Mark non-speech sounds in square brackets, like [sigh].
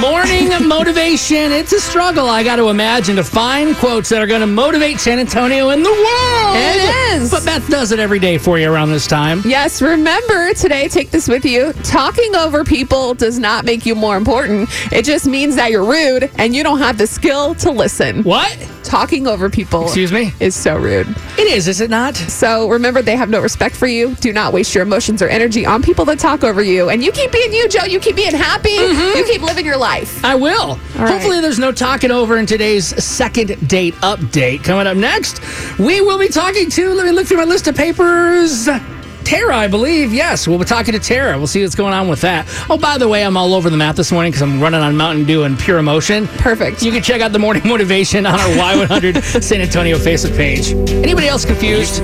Morning motivation. It's a struggle, I got to imagine, to find quotes that are going to motivate San Antonio and the world. It is. But Beth does it every day for you around this time. Yes, remember today, take this with you. Talking over people does not make you more important. It just means that you're rude and you don't have the skill to listen. What? Talking over people Excuse me? is so rude. It is, is it not? So remember, they have no respect for you. Do not waste your emotions or energy on people that talk over you. And you keep being you, Joe. You keep being happy. You keep living your life. I will. right. Hopefully, there's no talking over in today's second date update. Coming up next, we will be talking to, let me look through my list of papers. Tara, I believe. Yes, we'll be talking to Tara. We'll see what's going on with that. Oh, by the way, I'm all over the map this morning because I'm running on Mountain Dew and pure emotion. Perfect. You [laughs] can check out the morning motivation on our Y100 San Antonio Facebook page. Anybody else confused?